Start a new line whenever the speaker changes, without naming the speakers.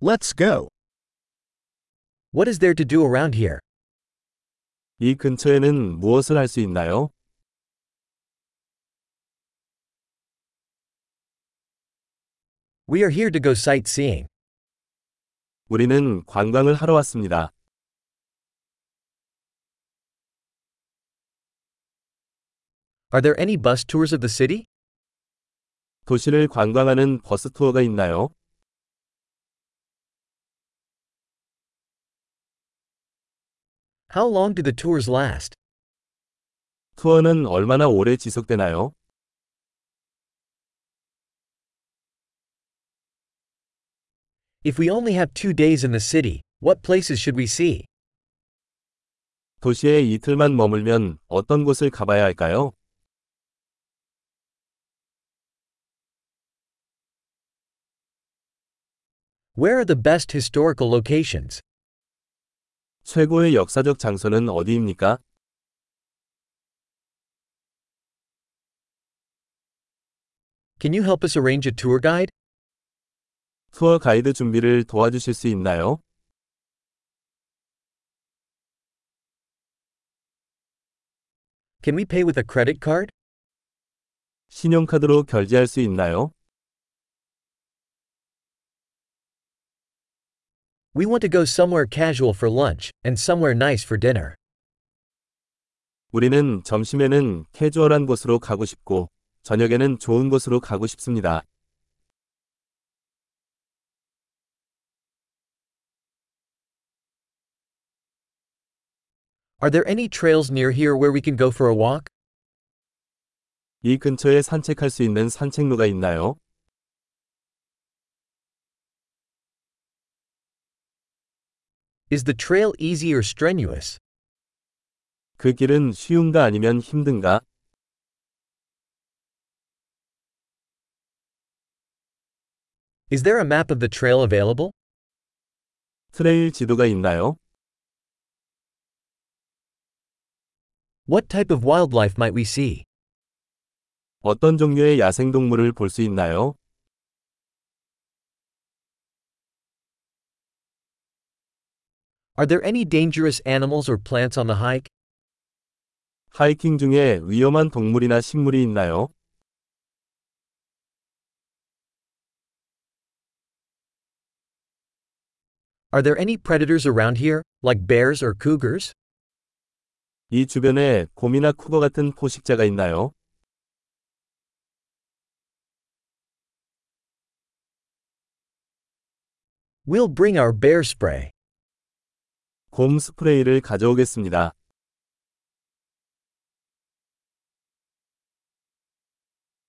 Let's go.
What is there to do around here?
이 근처에는 무엇을 할 수 있나요?
We are here to go sightseeing.
우리는 관광을 하러 왔습니다.
Are there any bus tours of the city?
도시를 관광하는 버스 투어가 있나요?
How long do the tours last?
투어는 얼마나 오래 지속되나요?
If we only have two days in the city, what places should we see?
도시에 이틀만 머물면 어떤 곳을 가봐야 할까요?
Where are the best historical locations?
최고의 역사적 장소는 어디입니까?
Can you help us arrange a tour guide?
투어 가이드 준비를 도와주실 수 있나요?
Can we pay with a credit card?
신용카드로 결제할 수 있나요?
We want to go somewhere casual for lunch and somewhere nice for dinner.
우리는 점심에는 캐주얼한 곳으로 가고 싶고, 저녁에는 좋은 곳으로 가고 싶습니다.
Are there any trails near here where we can go for a walk?
이 근처에 산책할 수 있는 산책로가 있나요?
Is the trail easy or strenuous?
그 길은 쉬운가 아니면 힘든가?
Is there a map of the trail available?
트레일 지도가 있나요?
What type of wildlife might we see?
어떤 종류의 야생동물을 볼 수 있나요?
Are there any dangerous animals or plants on the hike?
하이킹 중에 위험한 동물이나 식물이 있나요?
Are there any predators around here, like bears or cougars?
이 주변에 곰이나 쿠거 같은 포식자가 있나요?
We'll bring our bear spray.
곰 스프레이를 가져오겠습니다.